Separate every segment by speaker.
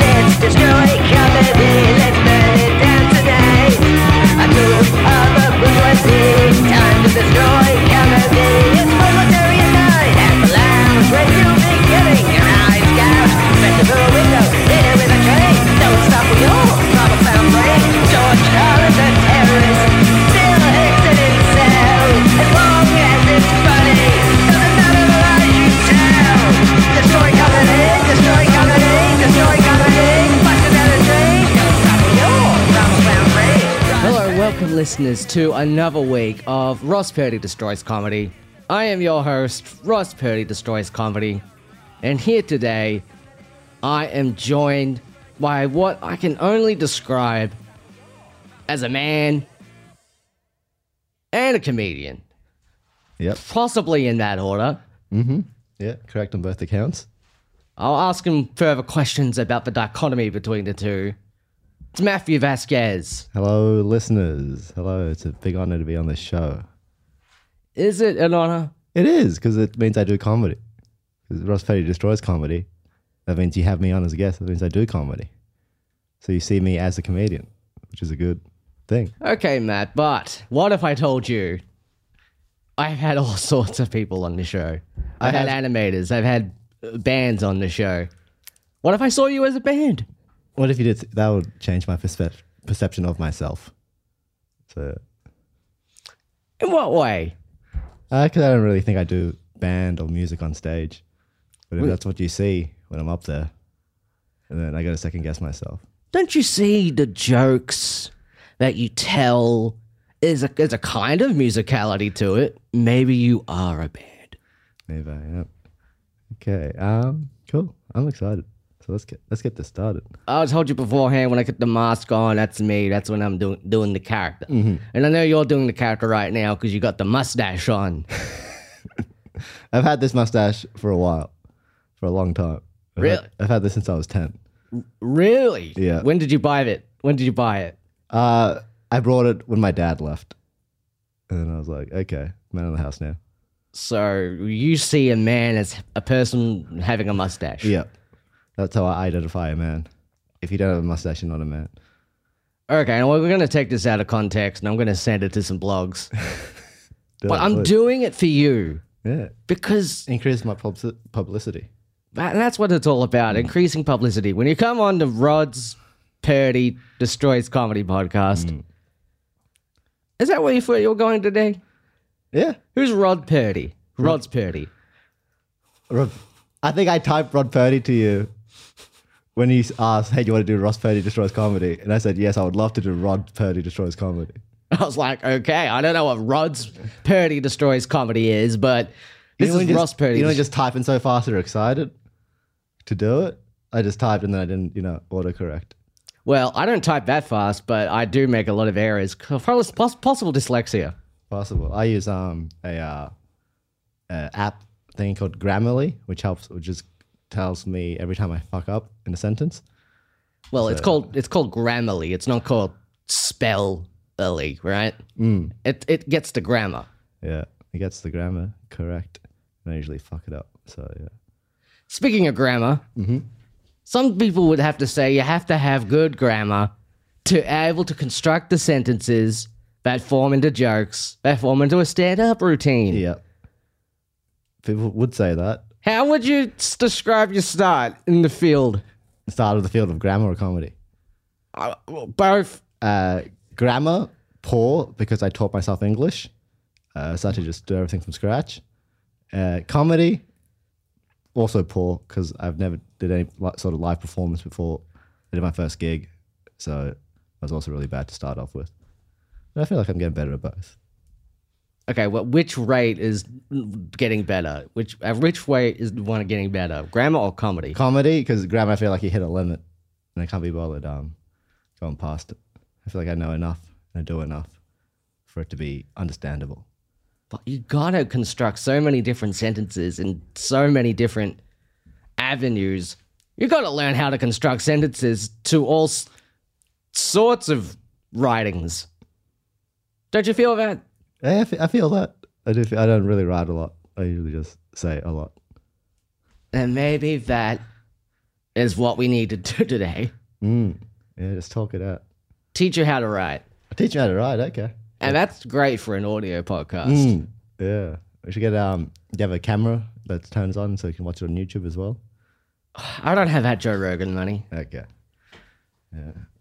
Speaker 1: destroy comedy. Let's burn it down tonight. A group of the bourgeoisie. Time to destroy comedy. It's Proletariat Night at the lounge where you'll be getting your eyes gouged. Festival window, dinner with a train. Don't stop with your problem found brain. George Carlin, the terrorist. Still exiting cell. As long as it's funny, doesn't matter the lies you tell. Destroy comedy, destroy comedy, destroy comedy. Busting down a train. Don't stop with your problem found brain.
Speaker 2: Hello, welcome listeners to another week of Ross Purdy Destroys Comedy. I am your host, Ross Purdy Destroys Comedy, and here today I am joined by what I can only describe as a man and a comedian,
Speaker 3: Yep.
Speaker 2: possibly in that order.
Speaker 3: Yeah. Correct on both accounts.
Speaker 2: I'll ask him further questions about the dichotomy between the two. It's Matthew Vasquez.
Speaker 3: Hello, listeners. Hello. It's a big honor to be on this show.
Speaker 2: Is it an honor?
Speaker 3: It is because it means I do comedy. 'Cause Ross Petty destroys comedy. That means you have me on as a guest. That means I do comedy. So you see me as a comedian, which is a good thing.
Speaker 2: Okay, Matt, but what if I told you I've had all sorts of people on the show? I've had animators, I've had uh, bands on the show. What if I saw you as a band?
Speaker 3: What if you did? That would change my percep- perception of myself. So,
Speaker 2: In what way?
Speaker 3: because uh, I don't really think I do band or music on stage. But if that's what you see when I'm up there, and then I got to second guess myself.
Speaker 2: Don't you see the jokes that you tell is a is a kind of musicality to it? Maybe you are a band.
Speaker 3: Maybe yeah. Okay. Um. Cool. I'm excited. So let's get let's get this started.
Speaker 2: I told you beforehand when I get the mask on, that's me. That's when I'm doing doing the character. And I know you're doing the character right now because you got the mustache on.
Speaker 3: I've had this mustache for a while, for a long time. I've
Speaker 2: Really?
Speaker 3: Had, I've had this since I was ten.
Speaker 2: Really?
Speaker 3: Yeah.
Speaker 2: When did you buy it? When did you buy it?
Speaker 3: Uh, I brought it when my dad left, and then I was like, okay, man of the house now.
Speaker 2: So you see a man as a person having a mustache.
Speaker 3: Yeah. That's how I identify a man. If you don't have a mustache, you're not a man.
Speaker 2: Okay, and we're going to take this out of context and I'm going to send it to some blogs.
Speaker 3: Don't,
Speaker 2: But I'm
Speaker 3: please.
Speaker 2: doing it for you
Speaker 3: yeah.
Speaker 2: because
Speaker 3: Increase my publici- publicity.
Speaker 2: that- that's what it's all about increasing publicity. When you come on to Rod's Purdy Destroys Comedy podcast,
Speaker 3: Mm.
Speaker 2: is that where you thought you were going today?
Speaker 3: Yeah.
Speaker 2: Who's Rod Purdy? Rod's Purdy.
Speaker 3: Rob, I think I typed Rod Purdy to you when you asked, "Hey, do you want to do Ross Purdy destroys comedy?" And I said, "Yes, I would love to do Rod Purdy destroys comedy."
Speaker 2: I was like, okay, I don't know what Rod's Purdy destroys comedy is, but this
Speaker 3: you know
Speaker 2: is
Speaker 3: when you
Speaker 2: Ross
Speaker 3: just,
Speaker 2: Purdy.
Speaker 3: You know, just typing so fast you're excited to do it. I just typed and then I didn't, you know, autocorrect.
Speaker 2: well, I don't type that fast, but I do make a lot of errors. Pos- pos- Possible dyslexia.
Speaker 3: Possible. I use um a, uh, a app thing called Grammarly, which helps, which just tells me every time I fuck up in a sentence.
Speaker 2: Well, it's called it's called Grammarly. It's not called spellly, right? Mm. It it gets the grammar.
Speaker 3: Yeah, it gets the grammar correct, and I usually fuck it up. So yeah.
Speaker 2: Speaking of grammar,
Speaker 3: Mm-hmm.
Speaker 2: some people would have to say you have to have good grammar to able to construct the sentences that form into jokes, that form into a stand-up routine.
Speaker 3: Yeah. People would say that.
Speaker 2: How would you s- describe your start in the field?
Speaker 3: Start of the field of grammar or comedy.
Speaker 2: Uh, both.
Speaker 3: Uh, grammar, poor, because I taught myself English. Uh, so I had to just do everything from scratch. Uh, comedy, also poor, because I've never did any li- sort of live performance before. I did my first gig. So I was also really bad to start off with. But I feel like I'm getting better at both.
Speaker 2: Okay, well, which rate is getting better? Which uh, which way is the one getting better? Grammar or comedy?
Speaker 3: Comedy, because grammar, I feel like you hit a limit and I can't be bothered um, going past it. I feel like I know enough and I do enough for it to be understandable.
Speaker 2: But you gotta construct so many different sentences in so many different avenues. You gotta learn how to construct sentences to all s- sorts of writings. Don't you feel that?
Speaker 3: Yeah, I fe- I feel that. I do. Feel, I don't really write a lot. I usually just say a lot.
Speaker 2: And maybe that is what we need to do today.
Speaker 3: Yeah, just talk it out.
Speaker 2: Teach you how to write.
Speaker 3: I teach you how to write. Okay.
Speaker 2: And that's great for an audio podcast.
Speaker 3: Mm. Yeah. We should get um. You have a camera that turns on so you can watch it on YouTube as well.
Speaker 2: I don't have that Joe Rogan money.
Speaker 3: Okay.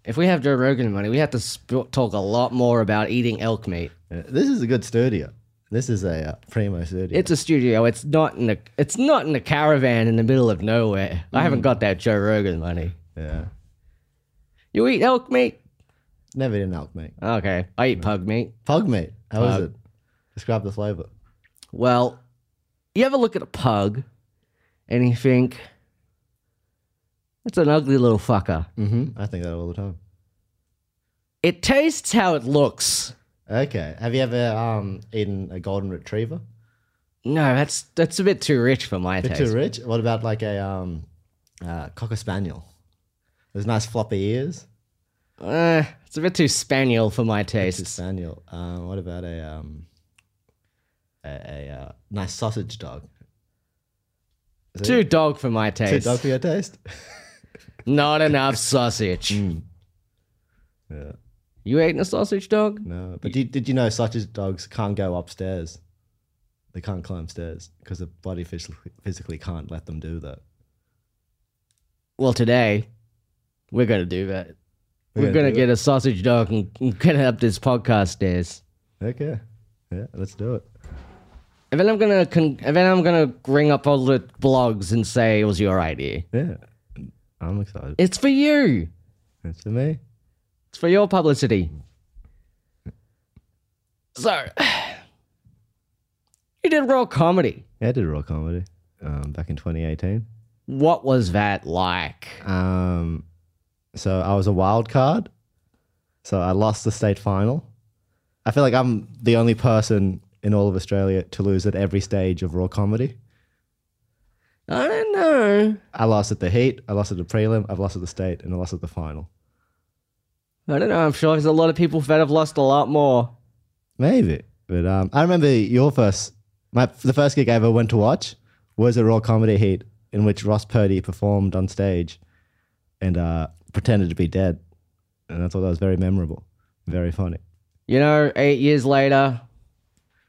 Speaker 2: If we have Joe Rogan money, we have to sp- talk a lot more about eating elk meat.
Speaker 3: Yeah. This is a good studio. This is a uh, primo studio.
Speaker 2: It's a studio. It's not in a. It's not in a caravan in the middle of nowhere. I haven't
Speaker 3: Mm.
Speaker 2: got that Joe Rogan money.
Speaker 3: yeah.
Speaker 2: You eat elk meat?
Speaker 3: Never eaten elk meat.
Speaker 2: Okay, I eat pug meat.
Speaker 3: Pug meat. How is
Speaker 2: Pug.
Speaker 3: it? Describe the flavor.
Speaker 2: Well, you ever look at a pug, and you think, "It's an ugly little fucker."
Speaker 3: Mm-hmm. I think that all the time.
Speaker 2: It tastes how it looks.
Speaker 3: Okay. Have you ever um eaten a golden retriever?
Speaker 2: No, that's that's a bit too rich for my
Speaker 3: Bit
Speaker 2: taste.
Speaker 3: too rich. What about like a um uh, cocker spaniel? Those nice floppy ears.
Speaker 2: Eh, it's a bit too spaniel for my
Speaker 3: Cocker
Speaker 2: taste.
Speaker 3: spaniel. Um, what about a um a, a uh, nice sausage dog?
Speaker 2: Too dog for my
Speaker 3: Too
Speaker 2: taste.
Speaker 3: dog for your taste?
Speaker 2: Not enough sausage.
Speaker 3: Mm. yeah.
Speaker 2: You ate a sausage dog?
Speaker 3: No. But did, did you know sausage dogs can't go upstairs? They can't climb stairs because the body physically, physically can't let them do that.
Speaker 2: Well, today we're gonna do that. We're,
Speaker 3: gonna
Speaker 2: gonna,
Speaker 3: do
Speaker 2: get a sausage dog and, and get it up this podcast stairs,
Speaker 3: Okay. Yeah, let's do it.
Speaker 2: and then I'm gonna con- and then I'm gonna ring up all the blogs and say it was your idea.
Speaker 3: Yeah. I'm excited.
Speaker 2: It's for you.
Speaker 3: That's for me.
Speaker 2: It's for your publicity. So you did raw comedy.
Speaker 3: Yeah, I did a raw comedy um, back in 2018.
Speaker 2: What was that like?
Speaker 3: Um, so I was a wild card. So I lost the state final. I feel like I'm the only person in all of Australia to lose at every stage of raw comedy.
Speaker 2: I don't know.
Speaker 3: I lost at the heat. I lost at the prelim. I've lost at the state, and I lost at the final.
Speaker 2: I don't know. I'm sure there's a lot of people that have lost a lot more.
Speaker 3: Maybe, but um, I remember your first, my the first gig I ever went to watch was a raw comedy heat in which Ross Purdy performed on stage, and uh, pretended to be dead, and I thought that was very memorable, very funny.
Speaker 2: You know, eight years later,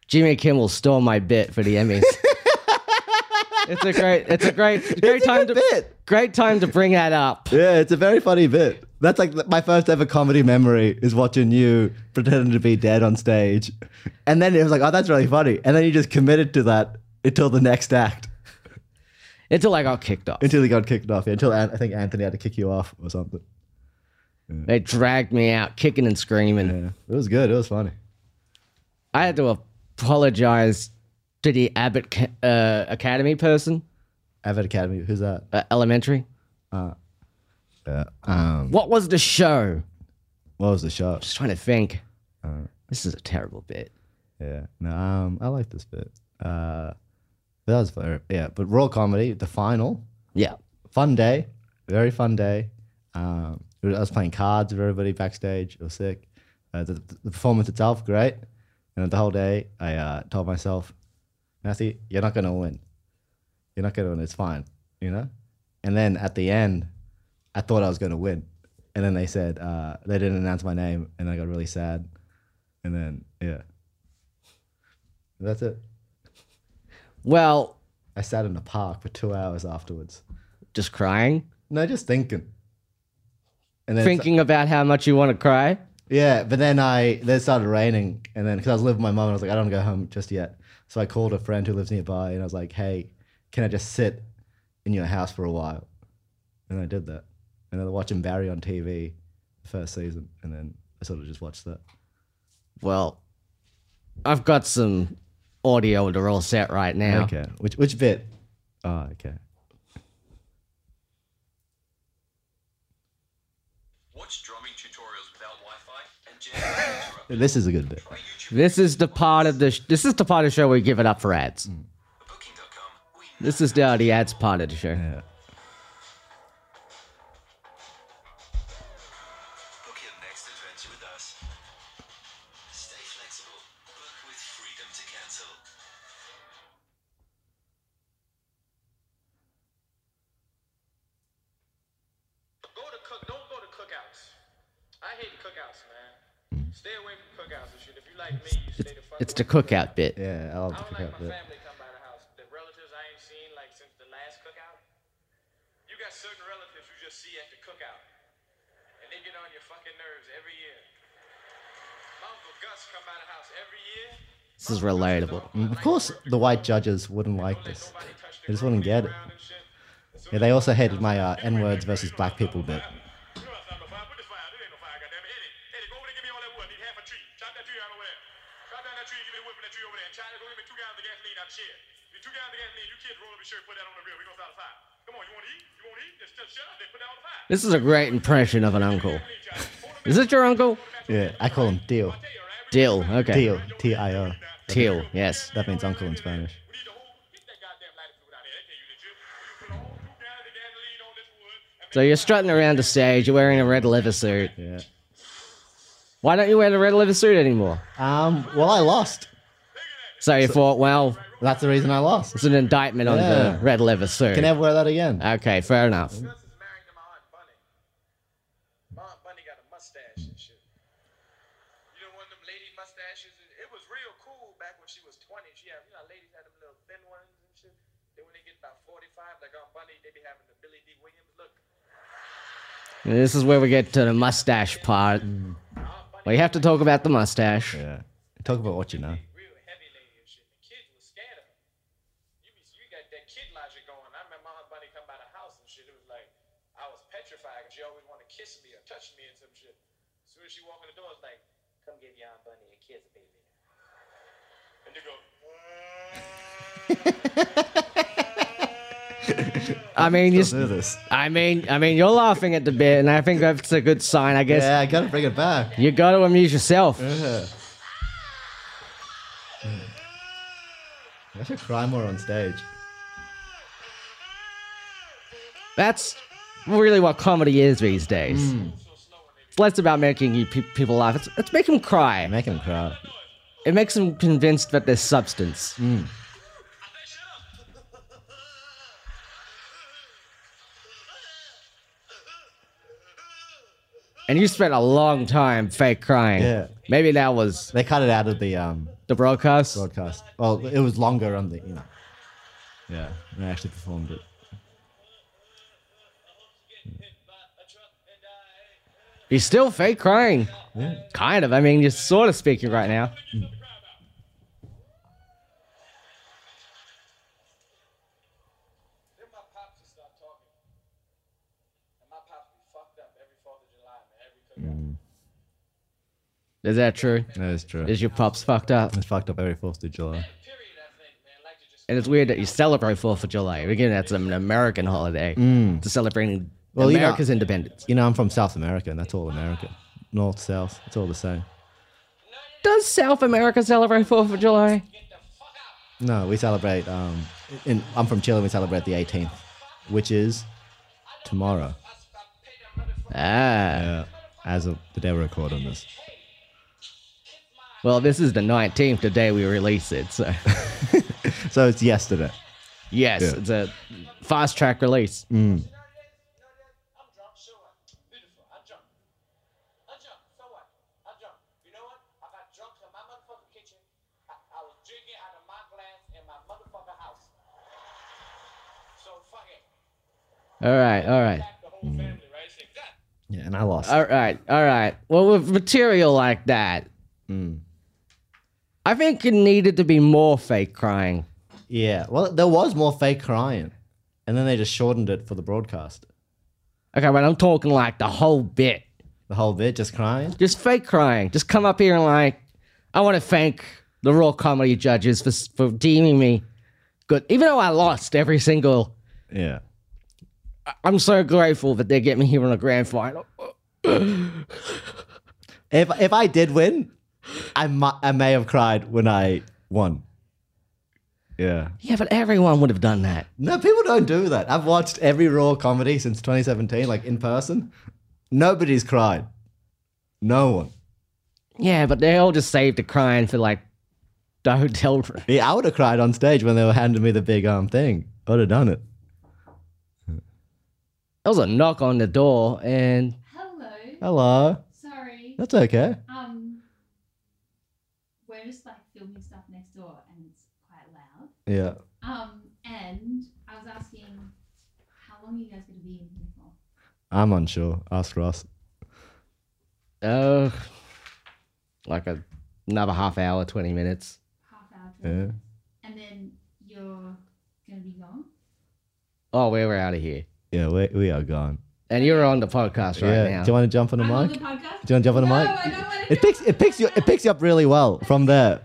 Speaker 2: Jimmy Kimmel stole my bit for the Emmys. it's a great, it's a great, great
Speaker 3: a
Speaker 2: time
Speaker 3: good
Speaker 2: to
Speaker 3: bit.
Speaker 2: great time to bring that up.
Speaker 3: Yeah, it's a very funny bit. That's like th- my first ever comedy memory is watching you pretending to be dead on stage. And then it was like, oh, that's really funny. And then you just committed to that until the next act,
Speaker 2: Until I got kicked off,
Speaker 3: until you got kicked off. Yeah, until An- I think Anthony had to kick you off or something.
Speaker 2: they dragged me out, kicking and screaming.
Speaker 3: Yeah, it was good. It was funny.
Speaker 2: I had to apologize to the Abbott Ca- uh, Academy person,
Speaker 3: Avid Academy, who's that?
Speaker 2: uh, elementary.
Speaker 3: Yeah. Uh, Um,
Speaker 2: What was the show?
Speaker 3: what was the show?
Speaker 2: Just trying to think. This is a terrible bit.
Speaker 3: Yeah. No, um, I like this bit. Uh, that was very, yeah. But raw comedy, the final,
Speaker 2: Yeah.
Speaker 3: fun day, very fun day. Um, I was playing cards with everybody backstage. It was sick. Uh, the, the performance itself, great. And the whole day, I uh, told myself, Matthew, you're not going to win. You're not going to win. It's fine, you know? And then at the end, I thought I was going to win. And then they said, uh, they didn't announce my name. And I got really sad. And then, yeah. That's it.
Speaker 2: Well,
Speaker 3: I sat in the park for two hours afterwards.
Speaker 2: just crying,
Speaker 3: No, just thinking. And then
Speaker 2: thinking about how much you want to cry.
Speaker 3: yeah, but then I then it started raining, and then because I was living with my mom, I was like, I don't go home just yet. So I called a friend who lives nearby, and I was like, Hey, can I just sit in your house for a while? And I did that. And I was watching Barry on TV, the first season, and then I sort of just watched that.
Speaker 2: Well, I've got some audio to roll set right now.
Speaker 3: Okay, which which bit? Oh, okay.
Speaker 4: Watch drumming tutorials without Wi-Fi and jam uninterrupted
Speaker 3: This is a good bit.
Speaker 4: by YouTube.
Speaker 2: This is the part of the sh- this is the part of the show where we give it up for ads.
Speaker 3: Hmm.
Speaker 4: Booking.com. We know.
Speaker 2: This is the, the ads part of the show.
Speaker 3: Yeah.
Speaker 4: Book your next adventure with us. Stay flexible. Book with freedom to cancel. Go to cook. Don't go to
Speaker 5: cookouts, man. Stay away from cookouts and shit. If you like me, you stay the fuck
Speaker 2: It's the
Speaker 5: away.
Speaker 2: cookout bit.
Speaker 3: Yeah, I love to
Speaker 5: I don't
Speaker 3: cook
Speaker 5: like
Speaker 3: out
Speaker 5: my
Speaker 3: bit.
Speaker 5: family come by the house. The relatives I ain't seen like since the last cookout. You got certain relatives you just see at the cookout, and they get on your fucking nerves every year. My uncle Gus come by the house every year.
Speaker 2: This is relatable.
Speaker 3: Mm, Of course, the white judges wouldn't like this. They just wouldn't get it. Yeah, they also hated my uh, N words versus black people bit.
Speaker 5: This
Speaker 2: This is a great impression of an uncle. Is it your uncle?
Speaker 3: Yeah, I call him Deal.
Speaker 2: Dill. Okay.
Speaker 3: Deal. T I O.
Speaker 2: Teal, yes.
Speaker 3: That means uncle in Spanish.
Speaker 2: So you're strutting around the stage, you're wearing a red leather suit.
Speaker 3: Yeah.
Speaker 2: Why don't you wear the red leather suit anymore?
Speaker 3: Um, well, I lost.
Speaker 2: So you thought, well,
Speaker 3: That's the reason I lost.
Speaker 2: it's an indictment on
Speaker 3: Yeah.
Speaker 2: the red leather suit.
Speaker 3: Can never wear that again.
Speaker 2: Okay, fair enough.
Speaker 5: Gus is married to my aunt Bunny. My aunt Bunny got a mustache and shit. You know, one of them lady mustaches. and It was real cool back when she was 20. She had, you know, ladies had them little thin ones and shit. Then when they get about 45, like Aunt Bunny, they be having the Billy D. Williams look.
Speaker 2: And this is where we get to the mustache part.
Speaker 3: Mm.
Speaker 2: We have to talk about the mustache.
Speaker 3: Yeah. Talk about what you know.
Speaker 5: Real heavy lady and shit. The kids was scared of her. You, be, you got that kid logic going. I remember my Aunt Bunny come by the house and shit. It was like, I was petrified 'cause she always wanted to kiss me or touch me and some shit. As soon as she walked in the door, it's like, come give your Aunt Bunny a kiss, baby. And you go,
Speaker 2: I mean, you,
Speaker 3: do this.
Speaker 2: I mean, I mean, you're laughing at the bit, and I think that's a good sign. I guess
Speaker 3: Yeah, I gotta bring it back.
Speaker 2: you got to amuse yourself.
Speaker 3: Yeah. I should cry more on stage.
Speaker 2: That's really what comedy is these days.
Speaker 3: Mm.
Speaker 2: It's less about making you pe- people laugh. It's, it's making them cry.
Speaker 3: Make him cry.
Speaker 2: It makes them convinced that there's substance.
Speaker 3: Mm.
Speaker 2: And you spent a long time fake crying.
Speaker 3: Yeah.
Speaker 2: Maybe that was
Speaker 3: They cut it out of the um,
Speaker 2: the broadcast.
Speaker 3: broadcast. Well, it was longer on the, you know. Yeah, they actually performed it.
Speaker 2: You're still fake crying.
Speaker 3: Yeah.
Speaker 2: Kind of. I mean, you're sort of speaking right now.
Speaker 5: Then my pops would stop talking. And my pops be fucked up every 4th of July, man, every cookout.
Speaker 2: Is that true?
Speaker 3: That is true.
Speaker 2: Is your pops fucked up?
Speaker 3: It's fucked up every 4th of July.
Speaker 5: Period, I think, man. Like to just
Speaker 2: And it's weird that you celebrate Fourth of July. Again, that's an American holiday to celebrating
Speaker 3: Mm. Well, you know-
Speaker 2: America's independence.
Speaker 3: You know, I'm from South America, and that's all America. North, South, it's all the same.
Speaker 2: Does South America celebrate Fourth of July?
Speaker 3: No, we celebrate. Um, in, I'm from Chile. We celebrate the 18th, which is tomorrow,
Speaker 2: Ah,
Speaker 3: uh, as of the day we record on this.
Speaker 2: well, this is the 19th, the day we release it. So,
Speaker 3: So it's yesterday.
Speaker 2: yes,
Speaker 3: Yeah.
Speaker 2: it's a fast track release.
Speaker 5: I'm drunk, so what? Beautiful, I'm drunk. I'm drunk, so what? I'm drunk. You know what? I got drunk in my motherfucking kitchen. I, I was drinking out of my glass in my motherfucking house. So fuck it.
Speaker 2: All right, all right,
Speaker 5: The whole family, right? It's like, God
Speaker 3: Yeah, and I lost.
Speaker 2: all right, all right. Well, with material like that, I think it needed to be more fake crying.
Speaker 3: yeah. Well, there was more fake crying, and then they just shortened it for the broadcast.
Speaker 2: Okay, but I'm talking like the whole bit.
Speaker 3: The whole bit, just crying.
Speaker 2: just fake crying. Just come up here and like, I want to thank the Raw Comedy judges for for deeming me good, even though I lost every single.
Speaker 3: Yeah.
Speaker 2: I'm so grateful that they get me here in the grand final.
Speaker 3: If if I did win, I might I may have cried when I won. Yeah.
Speaker 2: Yeah, but everyone would have done that.
Speaker 3: No, people don't do that. I've watched every Raw comedy since 2017, like in person. Nobody's cried. No one.
Speaker 2: Yeah, but they all just saved the crying for like the hotel room.
Speaker 3: Yeah, I would have cried on stage when they were handing me the big um thing. I would have done it.
Speaker 2: There was a knock on the door, and
Speaker 6: Hello.
Speaker 3: Hello.
Speaker 6: Sorry.
Speaker 3: Oh. That's okay.
Speaker 6: Um, we're just like filming stuff next door, and it's quite loud.
Speaker 3: Yeah.
Speaker 6: Um, and I was asking, how long are you guys going to be in here for?
Speaker 3: I'm unsure. Ask Ross.
Speaker 2: Uh, like a, another half hour, 20 minutes.
Speaker 6: Half hour, to
Speaker 3: Yeah.
Speaker 6: and then you're going to be gone.
Speaker 2: Oh, we we're out of here.
Speaker 3: Yeah, we, we are gone.
Speaker 2: And you're on the podcast right
Speaker 3: yeah.
Speaker 2: now.
Speaker 3: Do you want to jump on the
Speaker 6: I'm on
Speaker 3: mic?
Speaker 6: the podcast.
Speaker 3: Do you want to jump on the
Speaker 6: no,
Speaker 3: mic?
Speaker 6: I don't want to.
Speaker 3: It picks it picks you it picks you up really well from there.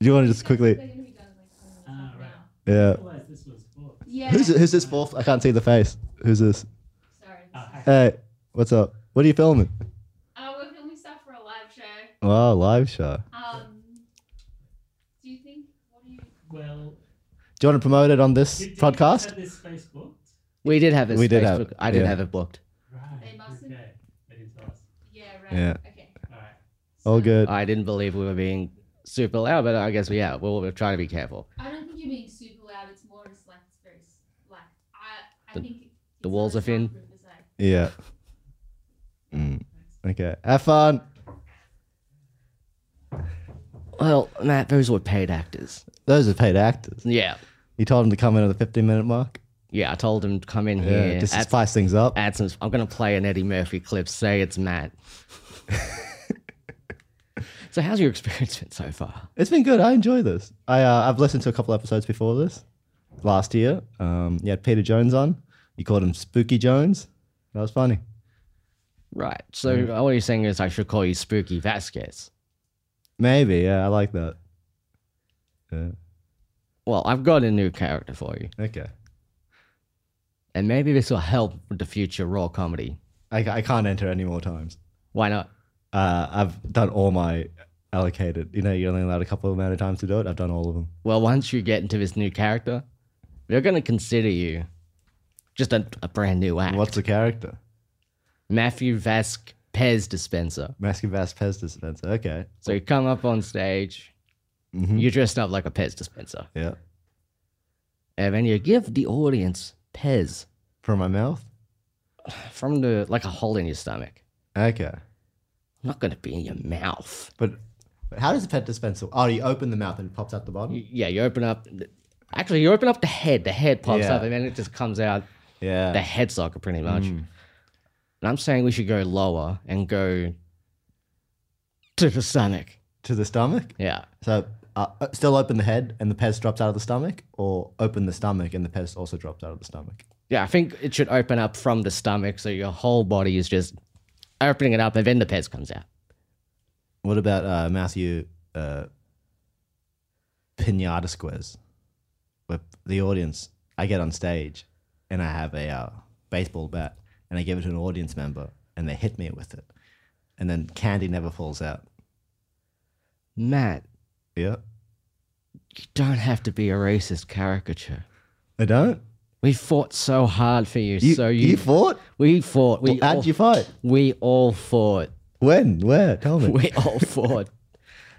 Speaker 3: Do you want to just quickly?
Speaker 7: Ah, right.
Speaker 3: Yeah.
Speaker 7: realized this was booked.
Speaker 6: Yeah.
Speaker 3: Who's who's this fourth? I can't see the face. Who's this?
Speaker 6: Sorry. this
Speaker 7: Ah,
Speaker 6: is-
Speaker 7: hi.
Speaker 3: Hey, what's up? What are you filming?
Speaker 6: Uh, we're filming stuff for a live show.
Speaker 3: Wow, live show.
Speaker 6: Um, do you think? What do you?
Speaker 7: well,
Speaker 3: Do you want to promote it on this
Speaker 7: did- did you
Speaker 3: podcast?
Speaker 7: have this space booked?
Speaker 2: we did have this.
Speaker 3: We did
Speaker 2: Facebook.
Speaker 3: have-
Speaker 2: I did
Speaker 3: yeah.
Speaker 2: have it booked.
Speaker 7: Right.
Speaker 6: They mustn't.
Speaker 7: Okay. They didn't tell us.
Speaker 6: Yeah. Right.
Speaker 3: Yeah.
Speaker 6: Okay.
Speaker 7: All right.
Speaker 3: All
Speaker 6: So,
Speaker 3: good.
Speaker 2: I didn't believe we were being super loud, but I guess we are. We'll, we're trying to be careful.
Speaker 6: I don't think you're being super loud. It's more just like it's very s- like I. I
Speaker 2: The-
Speaker 6: think it's
Speaker 2: the walls are
Speaker 6: not as
Speaker 2: thin.
Speaker 6: soundproof as I-
Speaker 3: Yeah. Mm. Okay. Have fun.
Speaker 2: Well, Matt, those were paid actors.
Speaker 3: Those are paid actors.
Speaker 2: Yeah.
Speaker 3: You told them to come in at the 15 minute mark.
Speaker 2: Yeah, I told him to come in
Speaker 3: Yeah.
Speaker 2: here.
Speaker 3: just to
Speaker 2: add,
Speaker 3: spice things up.
Speaker 2: add some, I'm going to play an Eddie Murphy clip. Say it's Matt. so, how's your experience been so far?
Speaker 3: It's been good. I enjoy this. I uh, I've listened to a couple episodes before this last year. Um, you had Peter Jones on. You called him Spooky Jones. That was funny.
Speaker 2: Right. So, what you're saying is I should call you Spooky Vasquez.
Speaker 3: Maybe. Yeah, I like that. Yeah.
Speaker 2: Well, I've got a new character for you.
Speaker 3: Okay.
Speaker 2: And maybe this will help with the future raw comedy.
Speaker 3: I, I can't enter any more times.
Speaker 2: Why not?
Speaker 3: Uh, I've done all my allocated. You know, you're only allowed a couple amount of times to do it. I've done all of them.
Speaker 2: Well, once you get into this new character, they're going to consider you just a, a brand new act.
Speaker 3: What's the character?
Speaker 2: Matthew Vasquez Dispenser.
Speaker 3: Masking Bass Pez dispenser. Okay.
Speaker 2: So you come up on stage,
Speaker 3: Mhm.
Speaker 2: you're dressed up like a Pez dispenser,
Speaker 3: Yeah.
Speaker 2: and then you give the audience Pez
Speaker 3: From my mouth.
Speaker 2: from the like a hole in your stomach.
Speaker 3: Okay.
Speaker 2: Not going to be in your mouth.
Speaker 3: But, but how does a pet dispenser? Oh, you open the mouth and it pops out the bottom.
Speaker 2: Y- Yeah, you open up. Actually, you open up the head. The head pops
Speaker 3: Yeah.
Speaker 2: up, and then it just comes out
Speaker 3: Yeah.
Speaker 2: the head socket pretty much. And I'm saying we should go lower and go to the stomach.
Speaker 3: to the stomach.
Speaker 2: Yeah.
Speaker 3: So uh, uh, still open the head and the pez drops out of the stomach, or open the stomach and the pez also drops out of the stomach.
Speaker 2: Yeah, I think it should open up from the stomach so your whole body is just opening it up and then the pez comes out.
Speaker 3: What about uh, Matthew uh, Pinata Squares? Where the audience, I get on stage and I have a uh, baseball bat and I give it to an audience member and they hit me with it. And then candy never falls out.
Speaker 2: Matt,
Speaker 3: Yeah.
Speaker 2: you don't have to be a racist caricature.
Speaker 3: I don't?
Speaker 2: We fought so hard for you, so you,
Speaker 3: fought?
Speaker 2: we fought. We
Speaker 3: How'd
Speaker 2: all,
Speaker 3: you fight?
Speaker 2: we all fought.
Speaker 3: When? Where? Tell me.
Speaker 2: We all fought.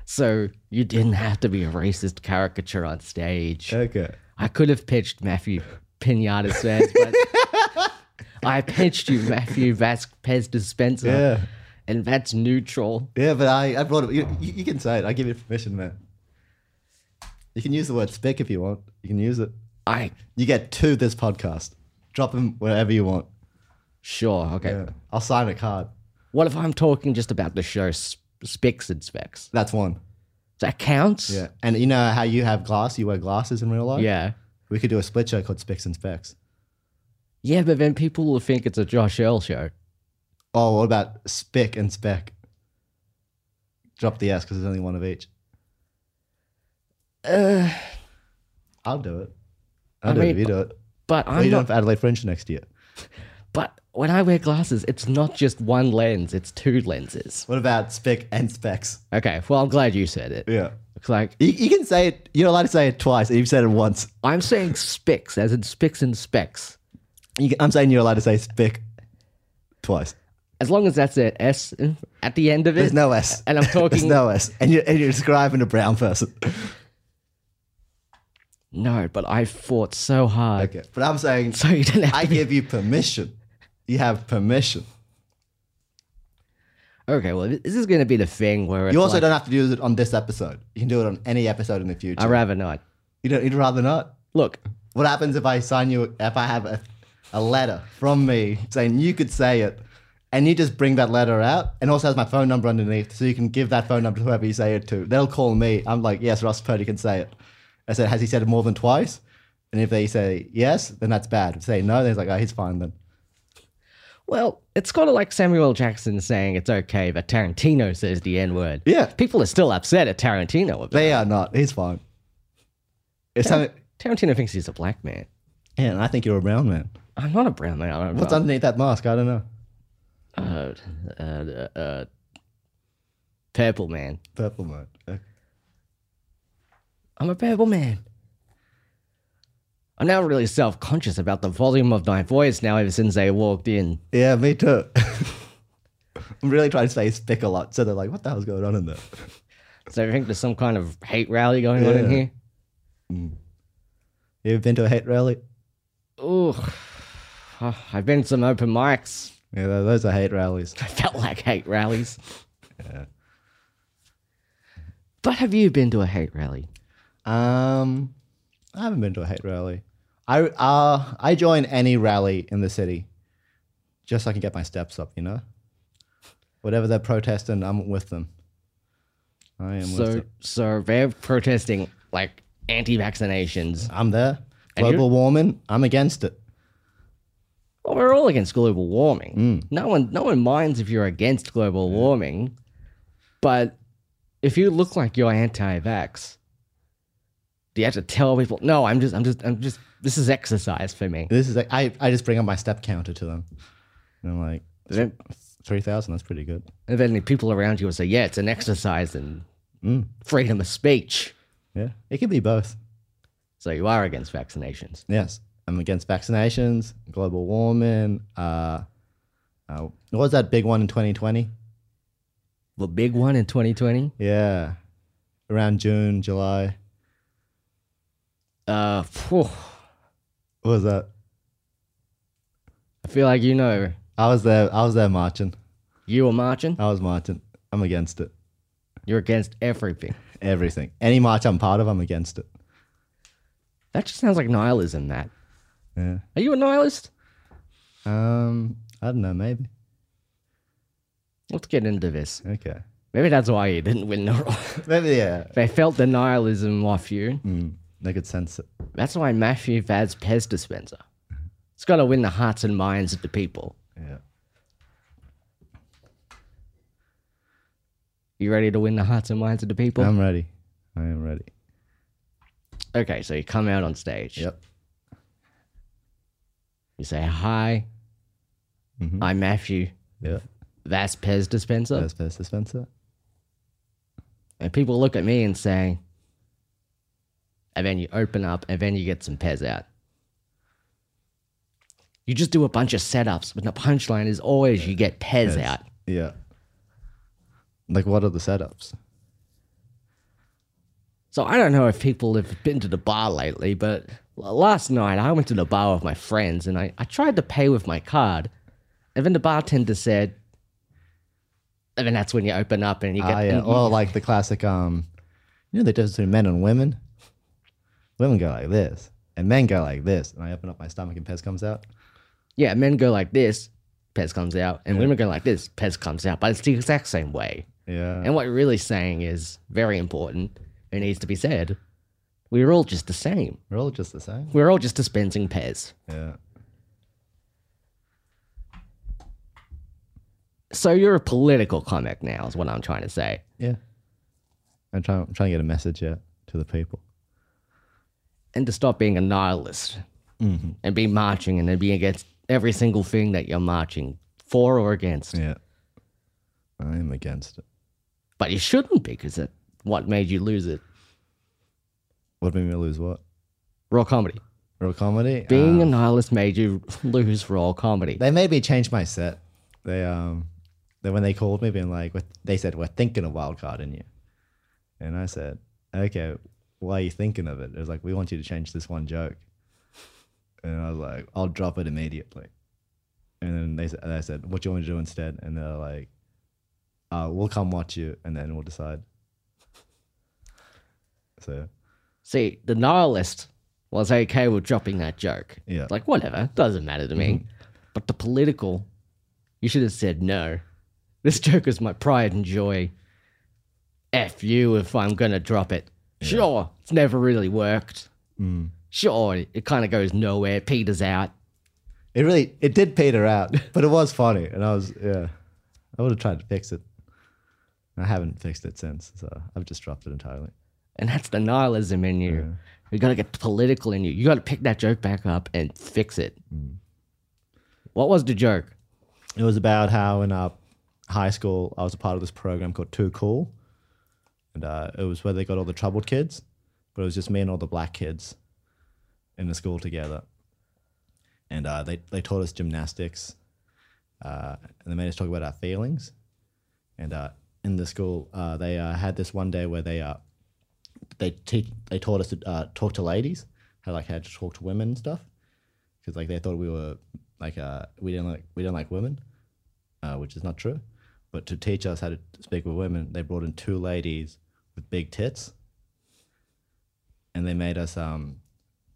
Speaker 2: So you didn't have to be a racist caricature on stage.
Speaker 3: Okay.
Speaker 2: I could have pitched Matthew Pinata Says, but I pitched you Matthew Vasquez Dispenser.
Speaker 3: Yeah.
Speaker 2: And that's neutral.
Speaker 3: Yeah, but I, I brought it. You, you, you can say it. I give you permission, man. You can use the word spick if you want. You can use it.
Speaker 2: I
Speaker 3: You get two this podcast. Drop them wherever you want.
Speaker 2: sure okay.
Speaker 3: Yeah. I'll sign a card.
Speaker 2: What if I'm talking just about the show S- Specs and Specs?
Speaker 3: That's one.
Speaker 2: That counts.
Speaker 3: Yeah. And you know how you have glass? You wear glasses in real life?
Speaker 2: Yeah.
Speaker 3: We could do a split show called Spicks and Specs.
Speaker 2: Yeah, but then people will think it's a Josh Earl show.
Speaker 3: Oh, what about spick and spec? Drop the S because there's only one of each.
Speaker 2: Uh,
Speaker 3: I'll do it. I'll
Speaker 2: I
Speaker 3: do it if
Speaker 2: mean,
Speaker 3: you do it.
Speaker 2: but
Speaker 3: What are
Speaker 2: I'm
Speaker 3: you doing
Speaker 2: not.
Speaker 3: for Adelaide Fringe next year?
Speaker 2: But when I wear glasses, it's not just one lens; it's two lenses.
Speaker 3: What about spick and specs?
Speaker 2: Okay. Well, I'm glad you said it.
Speaker 3: Yeah.
Speaker 2: It's like
Speaker 3: You, you can say it. You're allowed to say it twice. and You've said it once.
Speaker 2: I'm saying Specs, as in Specs and Specs.
Speaker 3: You, can- I'm saying you're allowed to say spick twice.
Speaker 2: As long as that's an S in- at the end of it.
Speaker 3: There's no S.
Speaker 2: And I'm
Speaker 3: There's
Speaker 2: talking.
Speaker 3: no S. And you're, and you're describing a brown person.
Speaker 2: No, but I fought so hard.
Speaker 3: Okay. But I'm saying
Speaker 2: So you didn't have
Speaker 3: I
Speaker 2: to be-
Speaker 3: give you permission. You have permission.
Speaker 2: Okay, well, this is going to be the thing where it's
Speaker 3: You also
Speaker 2: like,
Speaker 3: don't have to do it on this episode. You can do it on any episode in the future.
Speaker 2: I'd rather not.
Speaker 3: you don't. You'd rather not.
Speaker 2: Look,
Speaker 3: What happens if I sign you? If I have a, a letter from me saying you could say it, and you just bring that letter out, and also has my phone number underneath, so you can give that phone number to whoever you say it to. They'll call me. I'm like, yes, Ross Purdy can say it. I said, has he said it more than twice? And if they say yes, then that's bad. If they say no, then it's like, oh, he's fine then.
Speaker 2: well, it's kind of like Samuel Jackson saying it's okay that Tarantino says the N word.
Speaker 3: Yeah,
Speaker 2: People are still upset at Tarantino. About
Speaker 3: they are not. He's fine. It's something.
Speaker 2: Tarantino thinks he's a black man.
Speaker 3: Yeah, and I think you're a brown man.
Speaker 2: I'm not a brown man. I don't
Speaker 3: What's
Speaker 2: know.
Speaker 3: underneath that mask? I don't know.
Speaker 2: Uh, uh, uh, uh, purple man.
Speaker 3: Purple man. Okay.
Speaker 2: I'm a purple man. I'm now really self conscious about the volume of my voice now ever since they walked in.
Speaker 3: Yeah, me too. I'm really trying to say spick a lot, so they're like, "What the hell's going on in there?"
Speaker 2: So I think there's some kind of hate rally going on in
Speaker 3: Yeah.
Speaker 2: here.
Speaker 3: You ever been to a hate rally?
Speaker 2: Ooh, I've been to some open mics.
Speaker 3: Yeah, tho- those are hate rallies.
Speaker 2: I felt like hate rallies. But have you been to a hate rally?
Speaker 3: Um, I haven't been to a hate rally. I uh, I join any rally in the city, just so I can get my steps up. You know, whatever they're protesting, I'm with them. I am with
Speaker 2: So,
Speaker 3: them.
Speaker 2: so they're protesting like anti-vaccinations.
Speaker 3: I'm there.
Speaker 2: And you-
Speaker 3: Global warming, I'm against it.
Speaker 2: Well, we're all against global warming. No one, no one minds if you're against global warming, but if you look like you're anti-vax, do you have to tell people? No, I'm just, I'm just, I'm just. This is exercise for me.
Speaker 3: This is like, I I just bring up my step counter to them, and I'm like,
Speaker 2: And then-
Speaker 3: three thousand. That's pretty good.
Speaker 2: and then the people around you will say, "Yeah, it's an exercise and freedom of speech."
Speaker 3: Mm, Yeah, it could be both.
Speaker 2: So you are against vaccinations.
Speaker 3: Yes, I'm against vaccinations, global warming. Uh, uh, what was that big one in 2020?
Speaker 2: The big one in 2020,
Speaker 3: Yeah, around June, July.
Speaker 2: uh, phew,
Speaker 3: What was that?
Speaker 2: I feel like you know,
Speaker 3: I was there. I was there marching.
Speaker 2: you were marching.
Speaker 3: I was marching. I'm against it.
Speaker 2: You're against everything.
Speaker 3: Everything. Any march I'm part of, I'm against it.
Speaker 2: That just sounds like nihilism. That
Speaker 3: Yeah.
Speaker 2: are you a nihilist?
Speaker 3: Um, I don't know. Maybe.
Speaker 2: Let's get into this.
Speaker 3: Okay.
Speaker 2: Maybe that's why you didn't win the role.
Speaker 3: Maybe. Yeah.
Speaker 2: they felt the nihilism off you.
Speaker 3: Mm, they could sense it.
Speaker 2: That's why Matthew Vaz Pez dispenser. It's got to win the hearts and minds of the people.
Speaker 3: Yeah.
Speaker 2: You ready to win the hearts and minds of the people?
Speaker 3: I'm ready. I am ready.
Speaker 2: okay, so you come out on stage.
Speaker 3: Yep.
Speaker 2: You say, Hi,
Speaker 3: Mhm.
Speaker 2: I'm Matthew
Speaker 3: Yeah.
Speaker 2: Vaz Pez dispenser.
Speaker 3: First person dispenser.
Speaker 2: And people look at me and say, and then you open up and then you get some Pez out. You just do a bunch of setups, but the punchline is always you get Pez out.
Speaker 3: Yeah. Like, what are the setups?
Speaker 2: So I don't know if people have been to the bar lately, but l- last night I went to the bar with my friends and I, I tried to pay with my card. And then the bartender said, and then that's when you open up and you get.
Speaker 3: Ah, yeah.
Speaker 2: and you-
Speaker 3: Or like the classic, um, you know, the difference between men and women. Women go like this, and men go like this. And I open up my stomach, and Pez comes out.
Speaker 2: yeah, men go like this, Pez comes out. And women go like this, Pez comes out. But it's the exact same way.
Speaker 3: Yeah.
Speaker 2: And what you're really saying is very important and needs to be said. We're all just the same.
Speaker 3: We're all just the same.
Speaker 2: We're all just dispensing pairs.
Speaker 3: Yeah.
Speaker 2: So you're a political comic now, is what I'm trying to say.
Speaker 3: Yeah. I'm trying, I'm trying to get a message out to the people.
Speaker 2: And to stop being a nihilist and be marching and then be against every single thing that you're marching for or against.
Speaker 3: Yeah. I am against it.
Speaker 2: But you shouldn't be because what made you lose it?
Speaker 3: What made me lose what?
Speaker 2: Raw comedy.
Speaker 3: Real comedy?
Speaker 2: Being a
Speaker 3: Um,
Speaker 2: nihilist made you lose raw comedy.
Speaker 3: they made me change my set. They, um, then when they called me, being like, "We're- they said, we're thinking of wild card in you. And I said, okay, why are you thinking of it? It was like, we want you to change this one joke. And I was like, I'll drop it immediately. And then they said, I said, what do you want me to do instead? And they're like, uh, we'll come watch you and then we'll decide. So
Speaker 2: See, the nihilist was okay with dropping that joke.
Speaker 3: Yeah.
Speaker 2: Like, whatever, doesn't matter to me. But the political, you should have said no. This joke is my pride and joy. F you if I'm going to drop it. Sure, it's never really worked. Sure, it kind of goes nowhere, peters out.
Speaker 3: it really it did peter out, but it was funny, and I was yeah, I would have tried to fix it. I haven't fixed it since, so I've just dropped it entirely.
Speaker 2: And that's the nihilism in you. You got to get political in you. You got to pick that joke back up and fix it. What was the joke?
Speaker 3: It was about how in our high school I was a part of this program called Too Cool, and uh, it was where they got all the troubled kids, but it was just me and all the black kids in the school together, and uh, they they taught us gymnastics, uh, and they made us talk about our feelings, and uh, in the school uh, they uh, had this one day where they uh, they teach they taught us to uh, talk to ladies, how like how to talk to women and stuff because like they thought we were like uh we didn't like we don't like women, uh, which is not true. But to teach us how to speak with women, they brought in two ladies with big tits, and they made us um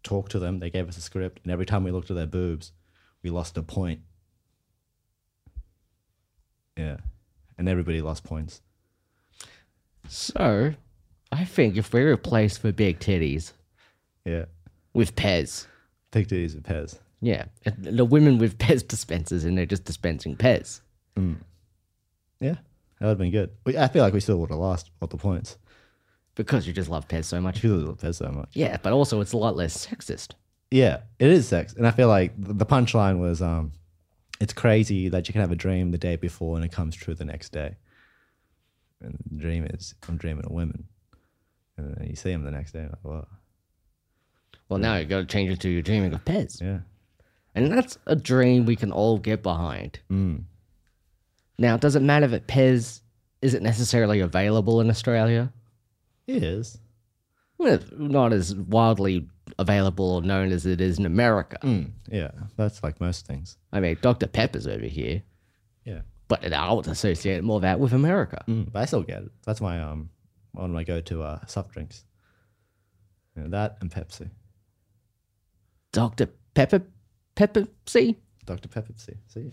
Speaker 3: talk to them. They gave us a script, and every time we looked at their boobs, we lost a point. Yeah, and everybody lost points.
Speaker 2: So, I think if we replace for big titties
Speaker 3: Yeah,
Speaker 2: with Pez,
Speaker 3: take to these with Pez.
Speaker 2: yeah, and the women with Pez dispensers and they're just dispensing Pez.
Speaker 3: Yeah, that would have been good. We, I feel like we still would have lost all the points
Speaker 2: Because you just love Pez so much.
Speaker 3: because of Pez so much.
Speaker 2: Yeah, but also it's a lot less sexist.
Speaker 3: Yeah, it is sex, and I feel like th- the punchline was, um, "It's crazy that you can have a dream the day before and it comes true the next day." And the dream is, I'm dreaming of women, and then you see them the next day, like, wow,
Speaker 2: Well, now you got to change it to you're dreaming of Pez.
Speaker 3: yeah,
Speaker 2: And that's a dream we can all get behind. Now, it doesn't matter that Pez isn't necessarily available in Australia.
Speaker 3: it is.
Speaker 2: Well, Not as wildly available or known as it is in America.
Speaker 3: Mm, yeah, that's like most things.
Speaker 2: I mean, Dr. Pepper's over here,
Speaker 3: Yeah,
Speaker 2: but I would associate more of that with America.
Speaker 3: Mm, but I still get it. That's my um, one of my go-to uh, soft drinks. You know, that and Pepsi,
Speaker 2: Dr. Pepper, Pepper, see?
Speaker 3: Dr Pepper. See, see,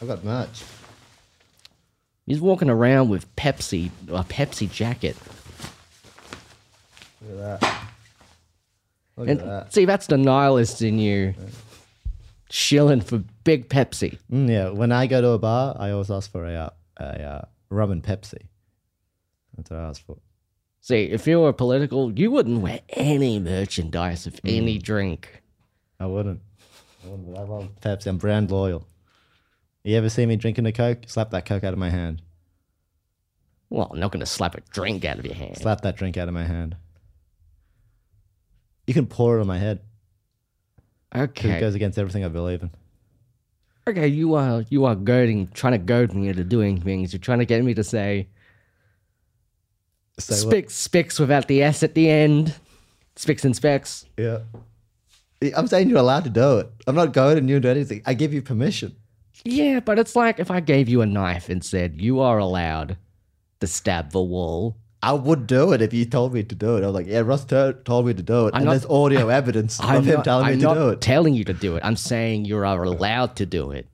Speaker 3: I've got merch.
Speaker 2: He's walking around with Pepsi, a Pepsi jacket.
Speaker 3: Look at that. Look
Speaker 2: And
Speaker 3: at that.
Speaker 2: see, that's the nihilist in you. Shilling for big Pepsi.
Speaker 3: Mm, yeah, when I go to a bar, I always ask for a, uh, a uh, rum and Pepsi. That's what I ask for.
Speaker 2: See, if you were political, you wouldn't wear any merchandise of
Speaker 3: Mm.
Speaker 2: any drink.
Speaker 3: I wouldn't. I wouldn't, but I love Pepsi. I'm brand loyal. You ever see me drinking a Coke? Slap that Coke out of my hand.
Speaker 2: Well, I'm not going to slap a drink out of your hand.
Speaker 3: Slap that drink out of my hand. You can pour it on my head. 'cause It
Speaker 2: okay.
Speaker 3: goes against everything I believe in.
Speaker 2: okay, you are you are goading, trying to goad me into doing things. You're trying to get me to say
Speaker 3: Say what?
Speaker 2: spics, spics without the s at the end. Spics and specs.
Speaker 3: Yeah. I'm saying you're allowed to do it. I'm not going and you do anything. I give you permission.
Speaker 2: Yeah, but it's like if I gave you a knife and said you are allowed to stab the wall.
Speaker 3: I would do it if you told me to do it. I was like, yeah, Russ to- told me to do it.
Speaker 2: I'm
Speaker 3: and
Speaker 2: not-
Speaker 3: there's audio evidence of him
Speaker 2: not,
Speaker 3: telling
Speaker 2: I'm
Speaker 3: me
Speaker 2: not
Speaker 3: to do it.
Speaker 2: telling you to do it. I'm saying you are allowed to do it.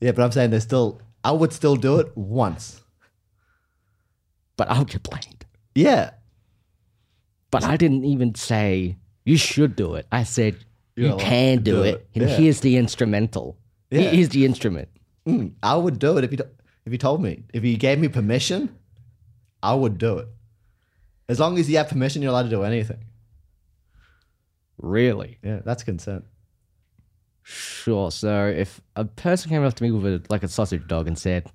Speaker 3: yeah, but I'm saying there's still, I would still do it once.
Speaker 2: But I'll get blamed.
Speaker 3: Yeah.
Speaker 2: But I didn't even say you should do it. I said
Speaker 3: You're
Speaker 2: you
Speaker 3: allowed
Speaker 2: can
Speaker 3: to
Speaker 2: do,
Speaker 3: do
Speaker 2: it,
Speaker 3: it.
Speaker 2: and
Speaker 3: Yeah.
Speaker 2: here's the instrumental.
Speaker 3: Yeah.
Speaker 2: Here's the instrument.
Speaker 3: Mm, I would do it if you, t- if you told me. If you gave me permission, I would do it. As long as you have permission, you're allowed to do anything.
Speaker 2: Really?
Speaker 3: Yeah, that's consent.
Speaker 2: Sure. So if a person came up to me with a, like a sausage dog and said,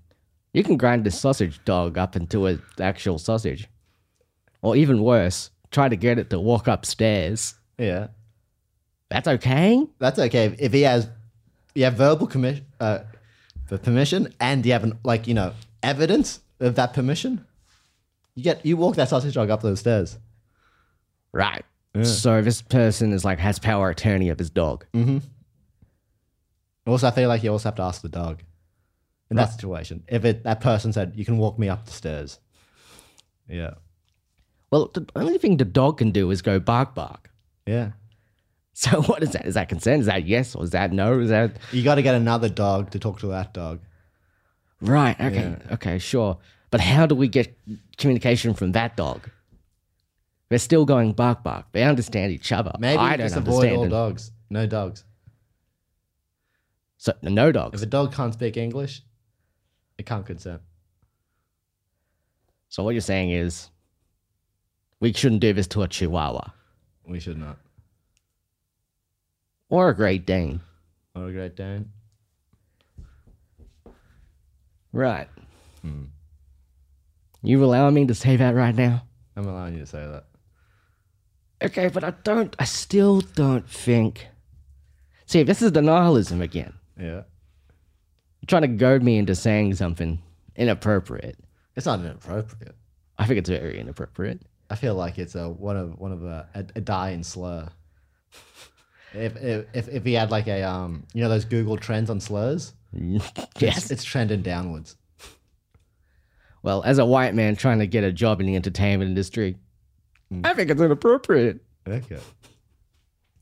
Speaker 2: "You can grind this sausage dog up into an actual sausage," or even worse, try to get it to walk upstairs.
Speaker 3: Yeah.
Speaker 2: That's okay.
Speaker 3: That's okay. If he has, you have verbal commi- uh, for permission, and you have an, like you know evidence of that permission. You get you walk that sausage dog up those stairs.
Speaker 2: Right. So this person is like has power of attorney of his dog.
Speaker 3: Also, I feel like you also have to ask the dog. in that situation. If it, that person said, "You can walk me up the stairs," yeah,
Speaker 2: Well, the only thing the dog can do is go bark, bark.
Speaker 3: yeah,
Speaker 2: So what is that? Is that consent? Is that yes or is that no? Is that
Speaker 3: you got to get another dog to talk to that dog.
Speaker 2: right? Okay, okay, sure. But how do we get communication from that dog? They're still going bark, bark. They understand each other.
Speaker 3: Maybe
Speaker 2: I don't
Speaker 3: just avoid
Speaker 2: understand
Speaker 3: all
Speaker 2: it.
Speaker 3: dogs. No dogs.
Speaker 2: So no
Speaker 3: If
Speaker 2: dogs.
Speaker 3: a dog can't speak English, it can't consent.
Speaker 2: so what you're saying is, we shouldn't do this to a Chihuahua
Speaker 3: We should not.
Speaker 2: or a Great Dane.
Speaker 3: Or a Great Dane.
Speaker 2: Right.
Speaker 3: Hmm.
Speaker 2: You allowing me to say that right now?
Speaker 3: I'm allowing you to say that.
Speaker 2: Okay, but I don't, I still don't think. See, this is denialism again.
Speaker 3: Yeah,
Speaker 2: You're trying to goad me into saying something inappropriate.
Speaker 3: it's not inappropriate.
Speaker 2: I think it's very inappropriate.
Speaker 3: I feel like it's a one of one of a a, a dying slur. If, if if if he had like a um you know those Google trends on slurs,
Speaker 2: yes.
Speaker 3: it's, it's trending downwards.
Speaker 2: Well, as a white man trying to get a job in the entertainment industry, I think it's inappropriate.
Speaker 3: Okay,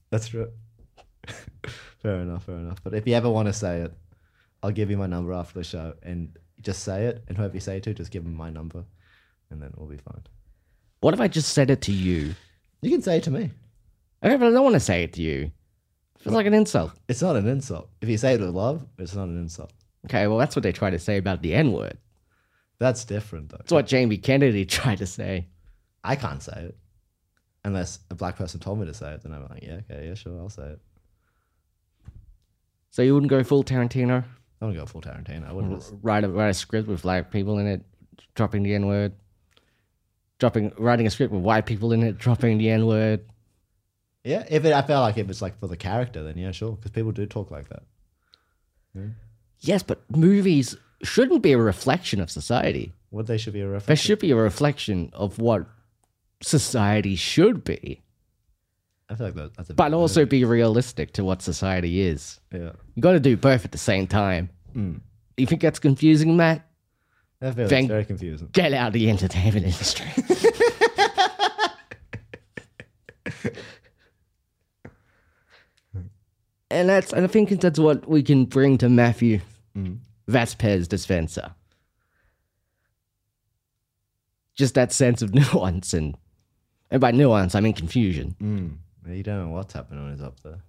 Speaker 3: that's true. fair enough, fair enough. But if you ever want to say it, I'll give you my number after the show, and just say it. And whoever you say it to, just give them my number, and then we'll be fine.
Speaker 2: What if I just said it to you?
Speaker 3: You can say it to me.
Speaker 2: Okay, but I don't want to say it to you. It's like an insult.
Speaker 3: It's not an insult. If you say it with love, it's not an insult.
Speaker 2: Okay, well, that's what they try to say about the N word.
Speaker 3: That's different though.
Speaker 2: That's what Jamie Kennedy tried to say.
Speaker 3: I can't say it unless a black person told me to say it. Then I'm like, yeah, okay, yeah, sure, I'll say it.
Speaker 2: So you wouldn't go full Tarantino?
Speaker 3: I want to go full Tarantino. I
Speaker 2: Hmm.
Speaker 3: wouldn't. just-
Speaker 2: write a write a script with black people in it, dropping the N word. Dropping writing a script with white people in it, dropping the N word.
Speaker 3: Yeah, if it, I felt like if it's like for the character, then yeah, sure, because people do talk like that.
Speaker 2: Yes, but movies shouldn't be a reflection of society.
Speaker 3: What they should be a
Speaker 2: They
Speaker 3: reference.
Speaker 2: should be a reflection of what society should be,
Speaker 3: I feel like that, that's a.
Speaker 2: but
Speaker 3: bit
Speaker 2: also be realistic to what society is.
Speaker 3: rude. yeah,
Speaker 2: You got to do both at the same time. You think that's confusing, Matt?
Speaker 3: I feel
Speaker 2: Thank-
Speaker 3: it's very confusing.
Speaker 2: Get out of the entertainment industry. and that's and I think that's what we can bring to Matthew Vasquez Dispenser. Just that sense of nuance and and by nuance I mean confusion.
Speaker 3: You don't know what's happening when he's up there.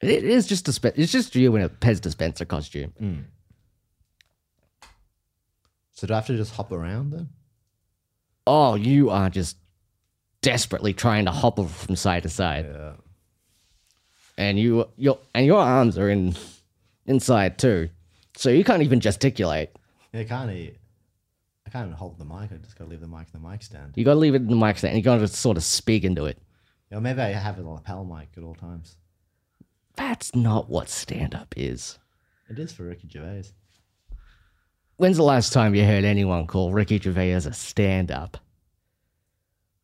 Speaker 2: It is just a spe- it's just you in a Pez dispenser costume.
Speaker 3: So do I have to just hop around then?
Speaker 2: Oh, you are just desperately trying to hop from side to side.
Speaker 3: Yeah.
Speaker 2: and you your and your arms are in inside too, so you can't even gesticulate.
Speaker 3: Yeah, can't he? I can't even hold the mic. I just gotta leave the mic in the mic stand.
Speaker 2: You got to leave it in the mic stand. You got to sort of speak into it.
Speaker 3: Or maybe I have a lapel mic at all times.
Speaker 2: That's not what stand up is.
Speaker 3: It is for Ricky Gervais.
Speaker 2: When's the last time you heard anyone call Ricky Gervais a stand up?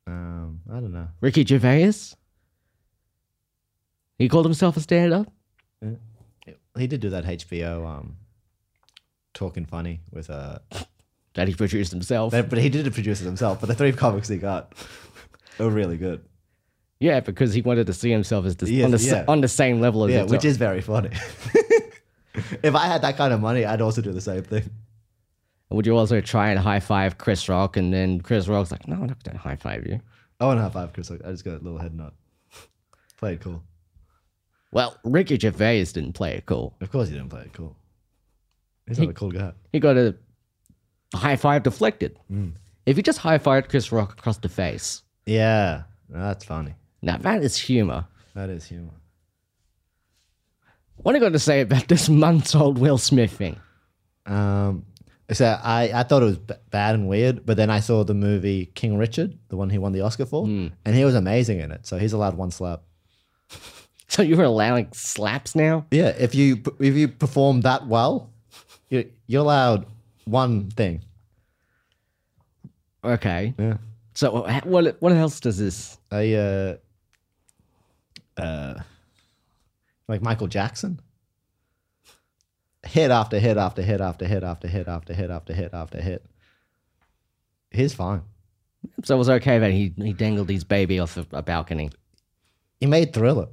Speaker 3: Um, I don't know.
Speaker 2: Ricky Gervais? He called himself a stand up?
Speaker 3: He did do that HBO um talking funny with uh
Speaker 2: That he produced himself?
Speaker 3: but but he did produce it himself, but the three comics he got were really good.
Speaker 2: yeah, because he wanted to see himself as this,
Speaker 3: Yes,
Speaker 2: on, the, s
Speaker 3: yeah.
Speaker 2: on the same level as
Speaker 3: Yeah,
Speaker 2: himself.
Speaker 3: which is very funny. if I had that kind of money, I'd also do the same thing.
Speaker 2: Would you also try and high five Chris Rock? And then Chris Rock's like, no, I'm not going to high five you.
Speaker 3: I want to high five Chris. Rock. I just got a little head nod. Play it cool.
Speaker 2: Well, Ricky Gervais didn't play it cool.
Speaker 3: Of course he didn't play it cool. He's
Speaker 2: He-
Speaker 3: not a cool guy.
Speaker 2: He got a high five deflected.
Speaker 3: Hmm.
Speaker 2: If you just high fived Chris Rock across the face,
Speaker 3: Yeah, no, that's funny.
Speaker 2: now that is humor.
Speaker 3: That is humor.
Speaker 2: What are you going to say about this months old Will Smith thing?
Speaker 3: Um, so I, I thought it was b- bad and weird, but then I saw the movie King Richard, the one he won the Oscar for, and he was amazing in it. So he's allowed one slap.
Speaker 2: So you were allowing slaps now?
Speaker 3: Yeah, if you if you perform that well, you're, you're allowed one thing.
Speaker 2: Okay.
Speaker 3: Yeah,
Speaker 2: So wha- what, what else does this?
Speaker 3: I uh, uh, like Michael Jackson. hit after hit after hit after hit after hit after hit after hit after hit. He's fine.
Speaker 2: So it was okay that he, he dangled his baby off a, a balcony.
Speaker 3: He made Thriller.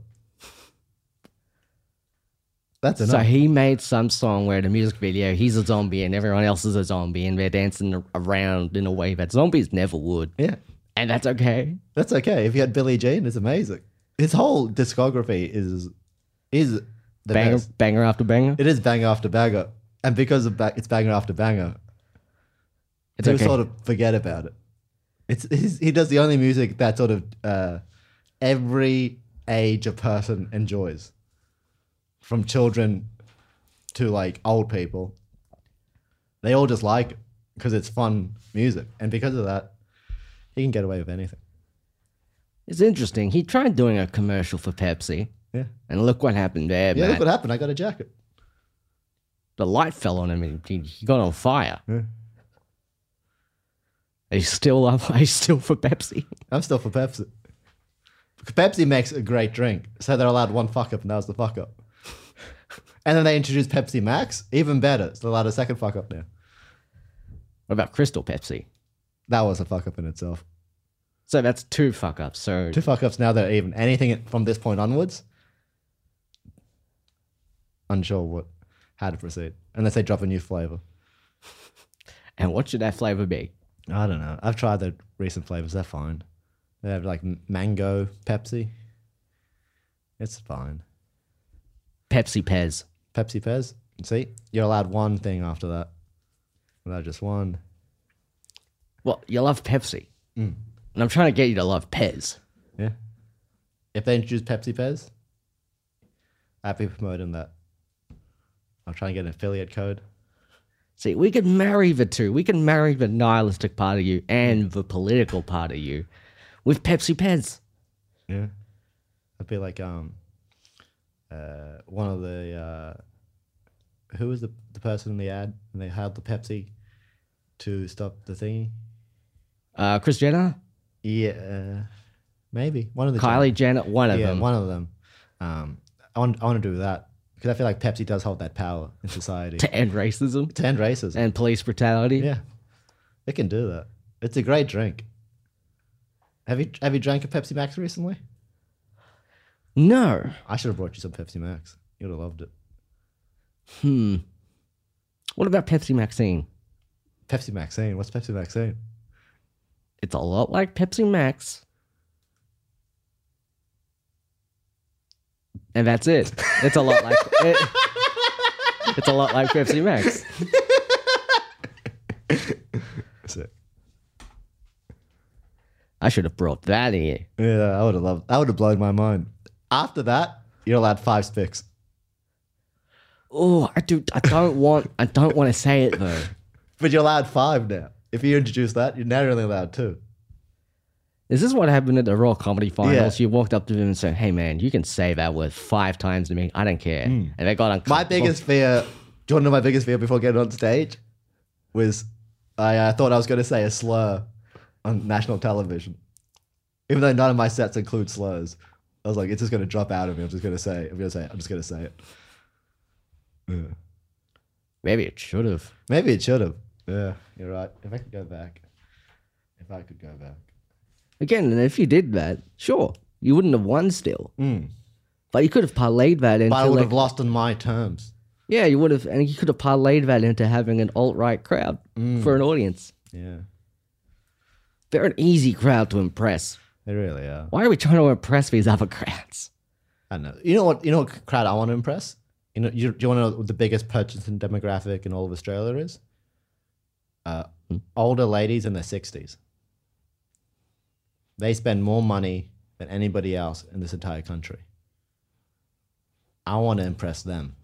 Speaker 3: That's
Speaker 2: So
Speaker 3: enough.
Speaker 2: he made some song where in the music video he's a zombie and everyone else is a zombie and they're dancing ar- around in a way that zombies never would.
Speaker 3: yeah,
Speaker 2: And that's okay.
Speaker 3: that's okay. If you had Billie Jean, it's amazing. His whole discography is is the
Speaker 2: banger,
Speaker 3: best.
Speaker 2: banger after banger.
Speaker 3: It is banger after banger, and because of ba- it's banger after banger,
Speaker 2: It's
Speaker 3: people
Speaker 2: okay.
Speaker 3: sort of forget about it. It's he's, he does the only music that sort of uh, every age of person enjoys, from children to like old people. They all just like it because it's fun music, and because of that, he can get away with anything.
Speaker 2: It's interesting. He tried doing a commercial for Pepsi.
Speaker 3: Yeah,
Speaker 2: And look what happened there,
Speaker 3: yeah.
Speaker 2: man.
Speaker 3: Look what happened. I got a jacket.
Speaker 2: the light fell on him and he, he got on fire. Are you still up? Are you still for Pepsi?
Speaker 3: I'm still for Pepsi. Pepsi makes a great drink, so they're allowed one fuck up, and that was the fuck up. and then they introduced Pepsi Max, even better. So they're allowed a second fuck up now.
Speaker 2: What about Crystal Pepsi?
Speaker 3: That was a fuck up in itself.
Speaker 2: So that's two fuck ups. So
Speaker 3: Two fuck ups now that are even. Anything from this point onwards, unsure what how to proceed. Unless they drop a new flavor.
Speaker 2: and what should that flavor be?
Speaker 3: I don't know. I've tried the recent flavors. They're fine. They have like m- mango Pepsi. It's fine.
Speaker 2: Pepsi Pez.
Speaker 3: Pepsi Pez. See, you're allowed one thing after that. Allowed just one.
Speaker 2: Well, you love Pepsi.
Speaker 3: Mm.
Speaker 2: And I'm trying to get you to love Pez.
Speaker 3: Yeah. If they introduce Pepsi Pez, I'd be promoting that. I'll try and get an affiliate code.
Speaker 2: See, we can marry the two. We can marry the nihilistic part of you and the political part of you with Pepsi Pez.
Speaker 3: Yeah. I'd be like um uh one of the uh who was the the person in the ad and they had the Pepsi to stop the thingy?
Speaker 2: Uh, Chris Jenner,
Speaker 3: Yeah, uh, maybe one of the
Speaker 2: Kylie Jenner, one of
Speaker 3: yeah,
Speaker 2: them.
Speaker 3: one of them. Um, I want, I want to do that because I feel like Pepsi does hold that power in society
Speaker 2: To end racism
Speaker 3: to end racism.
Speaker 2: and police brutality.
Speaker 3: yeah, they can do that. It's a great drink. Have you have you drank a Pepsi Max recently?
Speaker 2: No.
Speaker 3: I should have brought you some Pepsi Max. You'd have loved it.
Speaker 2: Hmm. What about Pepsi Maxine?
Speaker 3: Pepsi Maxine. What's Pepsi Maxine?
Speaker 2: It's a lot like Pepsi Max. And that's it. It's a lot like it, it's a lot like Pepsi Max.
Speaker 3: Sick.
Speaker 2: I should have brought that in.
Speaker 3: Yeah, I would have loved. That would have blown my mind. After that, you're allowed five sticks.
Speaker 2: Oh, I do I don't want I don't want to say it though.
Speaker 3: but you're allowed five now. If you introduce that, you're now only allowed two.
Speaker 2: Is this what happened at the Royal Comedy Finals?
Speaker 3: Yeah.
Speaker 2: You walked up to them and said, "Hey, man, you can say that word five times to me. I don't care." And they got uncomfortable.
Speaker 3: Hmm. My biggest fear, do you want to know my biggest fear before getting on stage? Was I uh, thought I was going to say a slur on national television. Even though none of my sets include slurs. I was like, it's just going to drop out of me. I'm just going to say it. I'm going to say it. I'm just going to say it. Yeah.
Speaker 2: maybe it should have.
Speaker 3: Maybe it should have. Yeah, you're right. If I could go back. If I could go back.
Speaker 2: Again, and if you did that, sure, you wouldn't have won still. But you could have parlayed that into
Speaker 3: Hmm. But I would
Speaker 2: like,
Speaker 3: have lost on my terms.
Speaker 2: yeah, you would have, and you could have parlayed that into having an alt right crowd
Speaker 3: Hmm.
Speaker 2: for an audience.
Speaker 3: Yeah,
Speaker 2: They're an easy crowd to impress.
Speaker 3: they really are.
Speaker 2: Why are we trying to impress these other crowds?
Speaker 3: I know. You know what? You know what crowd I want to impress. You know, you, you want to know what the biggest purchasing demographic in all of Australia is? Uh, Older ladies in their sixties. They spend more money than anybody else in this entire country. I want to impress them.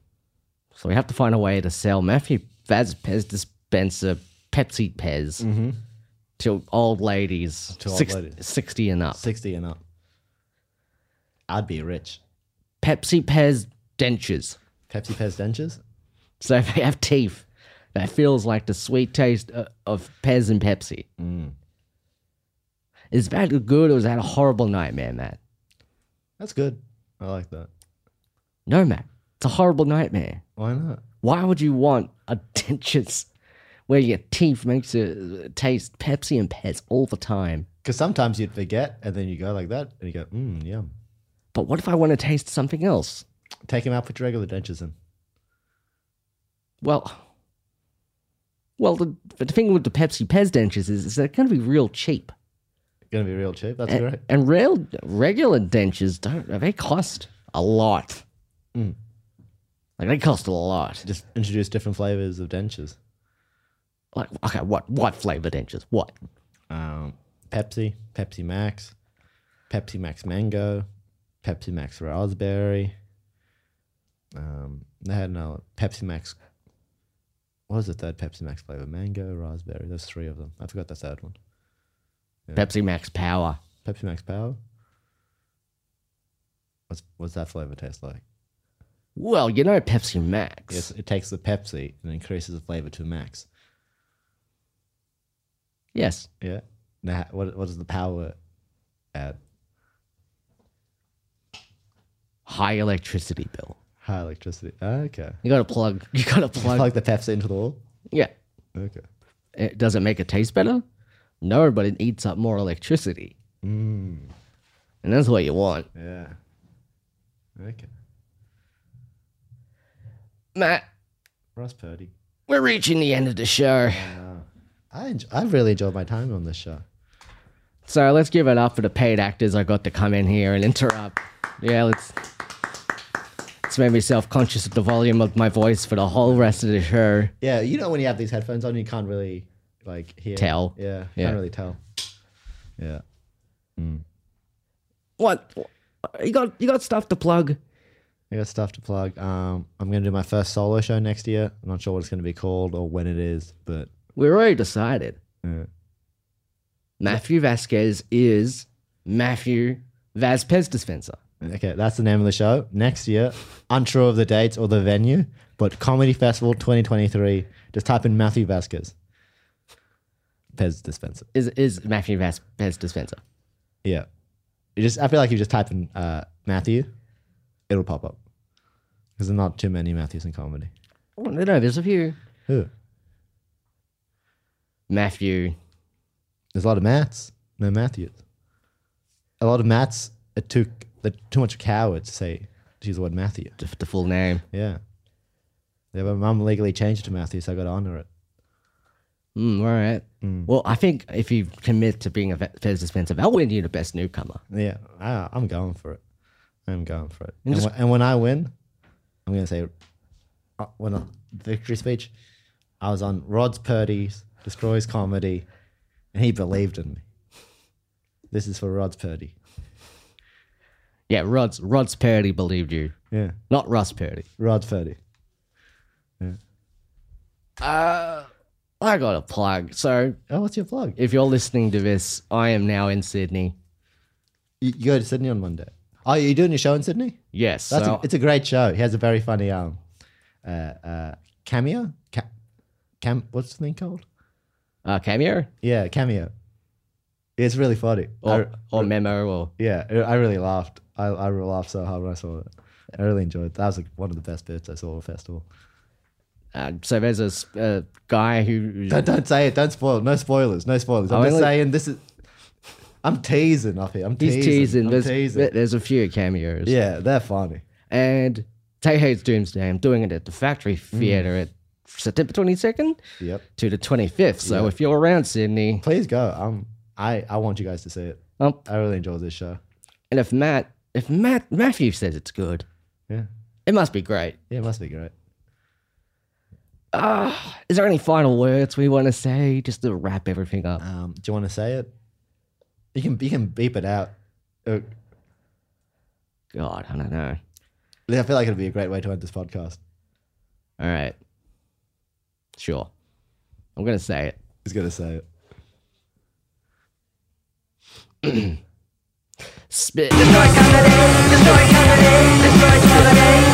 Speaker 2: So we have to find a way to sell Matthew Vazquez dispenser Pepsi Pez to old ladies,
Speaker 3: Mm-hmm. To old
Speaker 2: six-
Speaker 3: ladies.
Speaker 2: 60 and up.
Speaker 3: Sixty and up. I'd be rich.
Speaker 2: Pepsi Pez dentures.
Speaker 3: Pepsi Pez dentures.
Speaker 2: So if they have teeth that feels like the sweet taste o- of Pez and Pepsi.
Speaker 3: Mm.
Speaker 2: Is that good or is that a horrible nightmare, Matt?
Speaker 3: That's good. I like that.
Speaker 2: No, Matt. It's a horrible nightmare.
Speaker 3: Why not?
Speaker 2: Why would you want a dentures where your teeth makes you taste Pepsi and Pez all the time?
Speaker 3: Because sometimes you'd forget, and then you go like that, and you go, mmm, yum.
Speaker 2: But what if I want to taste something else?
Speaker 3: Take him out, put your regular dentures in.
Speaker 2: Well, well, the, the thing with the Pepsi Pez dentures is, is they're going to be real cheap.
Speaker 3: Gonna be real cheap. That's
Speaker 2: And,
Speaker 3: great.
Speaker 2: and real regular dentures don't they cost a lot.
Speaker 3: Mm.
Speaker 2: Like they cost a lot.
Speaker 3: Just introduce different flavors of dentures.
Speaker 2: Like okay, what what flavor dentures? What?
Speaker 3: Um, Pepsi, Pepsi Max, Pepsi Max Mango, Pepsi Max Raspberry. Um, they had no Pepsi Max. What was the third Pepsi Max flavor? Mango, raspberry. There's three of them. I forgot the third one.
Speaker 2: Pepsi Max Power.
Speaker 3: Pepsi Max Power. What's what's that flavor taste like?
Speaker 2: Well, you know Pepsi Max.
Speaker 3: Yes, it takes the Pepsi and increases the flavor to max.
Speaker 2: Yes.
Speaker 3: Yeah. Now, what what does the power add?
Speaker 2: High electricity bill.
Speaker 3: High electricity. Okay.
Speaker 2: You gotta plug. You gotta plug.
Speaker 3: Plug the Pepsi into the wall.
Speaker 2: Yeah.
Speaker 3: Okay.
Speaker 2: It does it make it taste better? No, but it eats up more electricity. And that's what you want.
Speaker 3: Yeah. Okay.
Speaker 2: Matt,
Speaker 3: Ross Purdy.
Speaker 2: we're reaching the end of the show.
Speaker 3: I enj I really enjoyed my time on this show.
Speaker 2: So let's give it up for the paid actors I got to come in here and interrupt. Yeah, let's. It's made me self conscious of the volume of my voice for the whole rest of the show.
Speaker 3: Yeah, you know when you have these headphones on, you can't really like hear.
Speaker 2: Tell.
Speaker 3: Yeah,
Speaker 2: Yeah.
Speaker 3: can't really tell. Yeah.
Speaker 2: What? You got you got stuff to plug?
Speaker 3: I got stuff to plug. Um, I'm gonna do my first solo show next year. I'm not sure what it's gonna be called or when it is, but
Speaker 2: We're already decided.
Speaker 3: Yeah.
Speaker 2: Matthew Vasquez is Matthew Vasquez dispenser.
Speaker 3: okay, that's the name of the show. Next year, unsure of the dates or the venue, but Comedy Festival 2023. Just type in Matthew Vasquez. Pez dispenser.
Speaker 2: Is is Matthew Vasquez dispenser?
Speaker 3: Yeah. You just I feel like you just type in uh, Matthew, it'll pop up. Because there's not too many Matthews in comedy.
Speaker 2: Oh, no, no, there's a few.
Speaker 3: Who?
Speaker 2: Matthew.
Speaker 3: There's a lot of Matts, no Matthews. A lot of Matts are too they're too much cowards to say to use the word Matthew.
Speaker 2: The, the full name.
Speaker 3: Yeah. Yeah, but my mum legally changed it to Matthew, so I gotta honor it.
Speaker 2: Mm, all right. Well, I think if you commit to being a Ve- Fez dispenser, I'll win you the best newcomer.
Speaker 3: Yeah, I, I'm going for it. I'm going for it.
Speaker 2: And
Speaker 3: And,
Speaker 2: just-
Speaker 3: wh- and when I win, I'm going to say, uh, when I, victory speech, I was on Rod's Purdy's Destroys Comedy, and he believed in me. This is for Rod's Purdy.
Speaker 2: Yeah, Rod's Rod's Purdy believed you,
Speaker 3: Yeah,
Speaker 2: not Russ Purdy.
Speaker 3: Rod's Purdy.
Speaker 2: I got a plug. So
Speaker 3: Oh, what's your plug?
Speaker 2: if you're listening to this, I am now in Sydney.
Speaker 3: You, you go to Sydney on Monday. Oh, you're doing your show in Sydney?
Speaker 2: Yes,
Speaker 3: That's
Speaker 2: so
Speaker 3: a, it's a great show. He has a very funny um, uh, uh, cameo. Ca- cam, what's the thing called?
Speaker 2: uh, cameo
Speaker 3: Yeah, cameo. It's really funny.
Speaker 2: or,
Speaker 3: I-
Speaker 2: or memo or
Speaker 3: Yeah, I- I really laughed. I, I really laughed so hard when I saw it. I really enjoyed it. That was like one of the best bits I saw at a festival.
Speaker 2: uh, so there's a s- uh, guy who
Speaker 3: Don't, don't say it. Don't spoil. No spoilers. No spoilers. I'm
Speaker 2: I
Speaker 3: just
Speaker 2: only-
Speaker 3: saying this is. I'm teasing up here. I'm
Speaker 2: he's
Speaker 3: teasing.
Speaker 2: teasing.
Speaker 3: I'm
Speaker 2: There's,
Speaker 3: teasing.
Speaker 2: there's a few cameos.
Speaker 3: Yeah, they're funny.
Speaker 2: and Teihei's Doomsday. I'm doing it at the Factory Theatre at September 22nd
Speaker 3: Yep.
Speaker 2: to the 25th. So if you're around Sydney,
Speaker 3: Please go. Um, I I want you guys to see it.
Speaker 2: um,
Speaker 3: I really enjoyed this show.
Speaker 2: and if Matt, if Matt Matthew says it's good,
Speaker 3: Yeah.
Speaker 2: it must be great.
Speaker 3: Yeah, it must be great.
Speaker 2: Ah, Is there any final words we want to say just to wrap everything up?
Speaker 3: Um, do you want to say it? You can you can beep it out. Uh,
Speaker 2: God, I don't know.
Speaker 3: I feel like it'd be a great way to end this podcast.
Speaker 2: All right, sure. I'm gonna say it.
Speaker 3: He's gonna say it.
Speaker 1: Destroy
Speaker 2: Spit.
Speaker 1: comedy, destroy comedy, destroy comedy.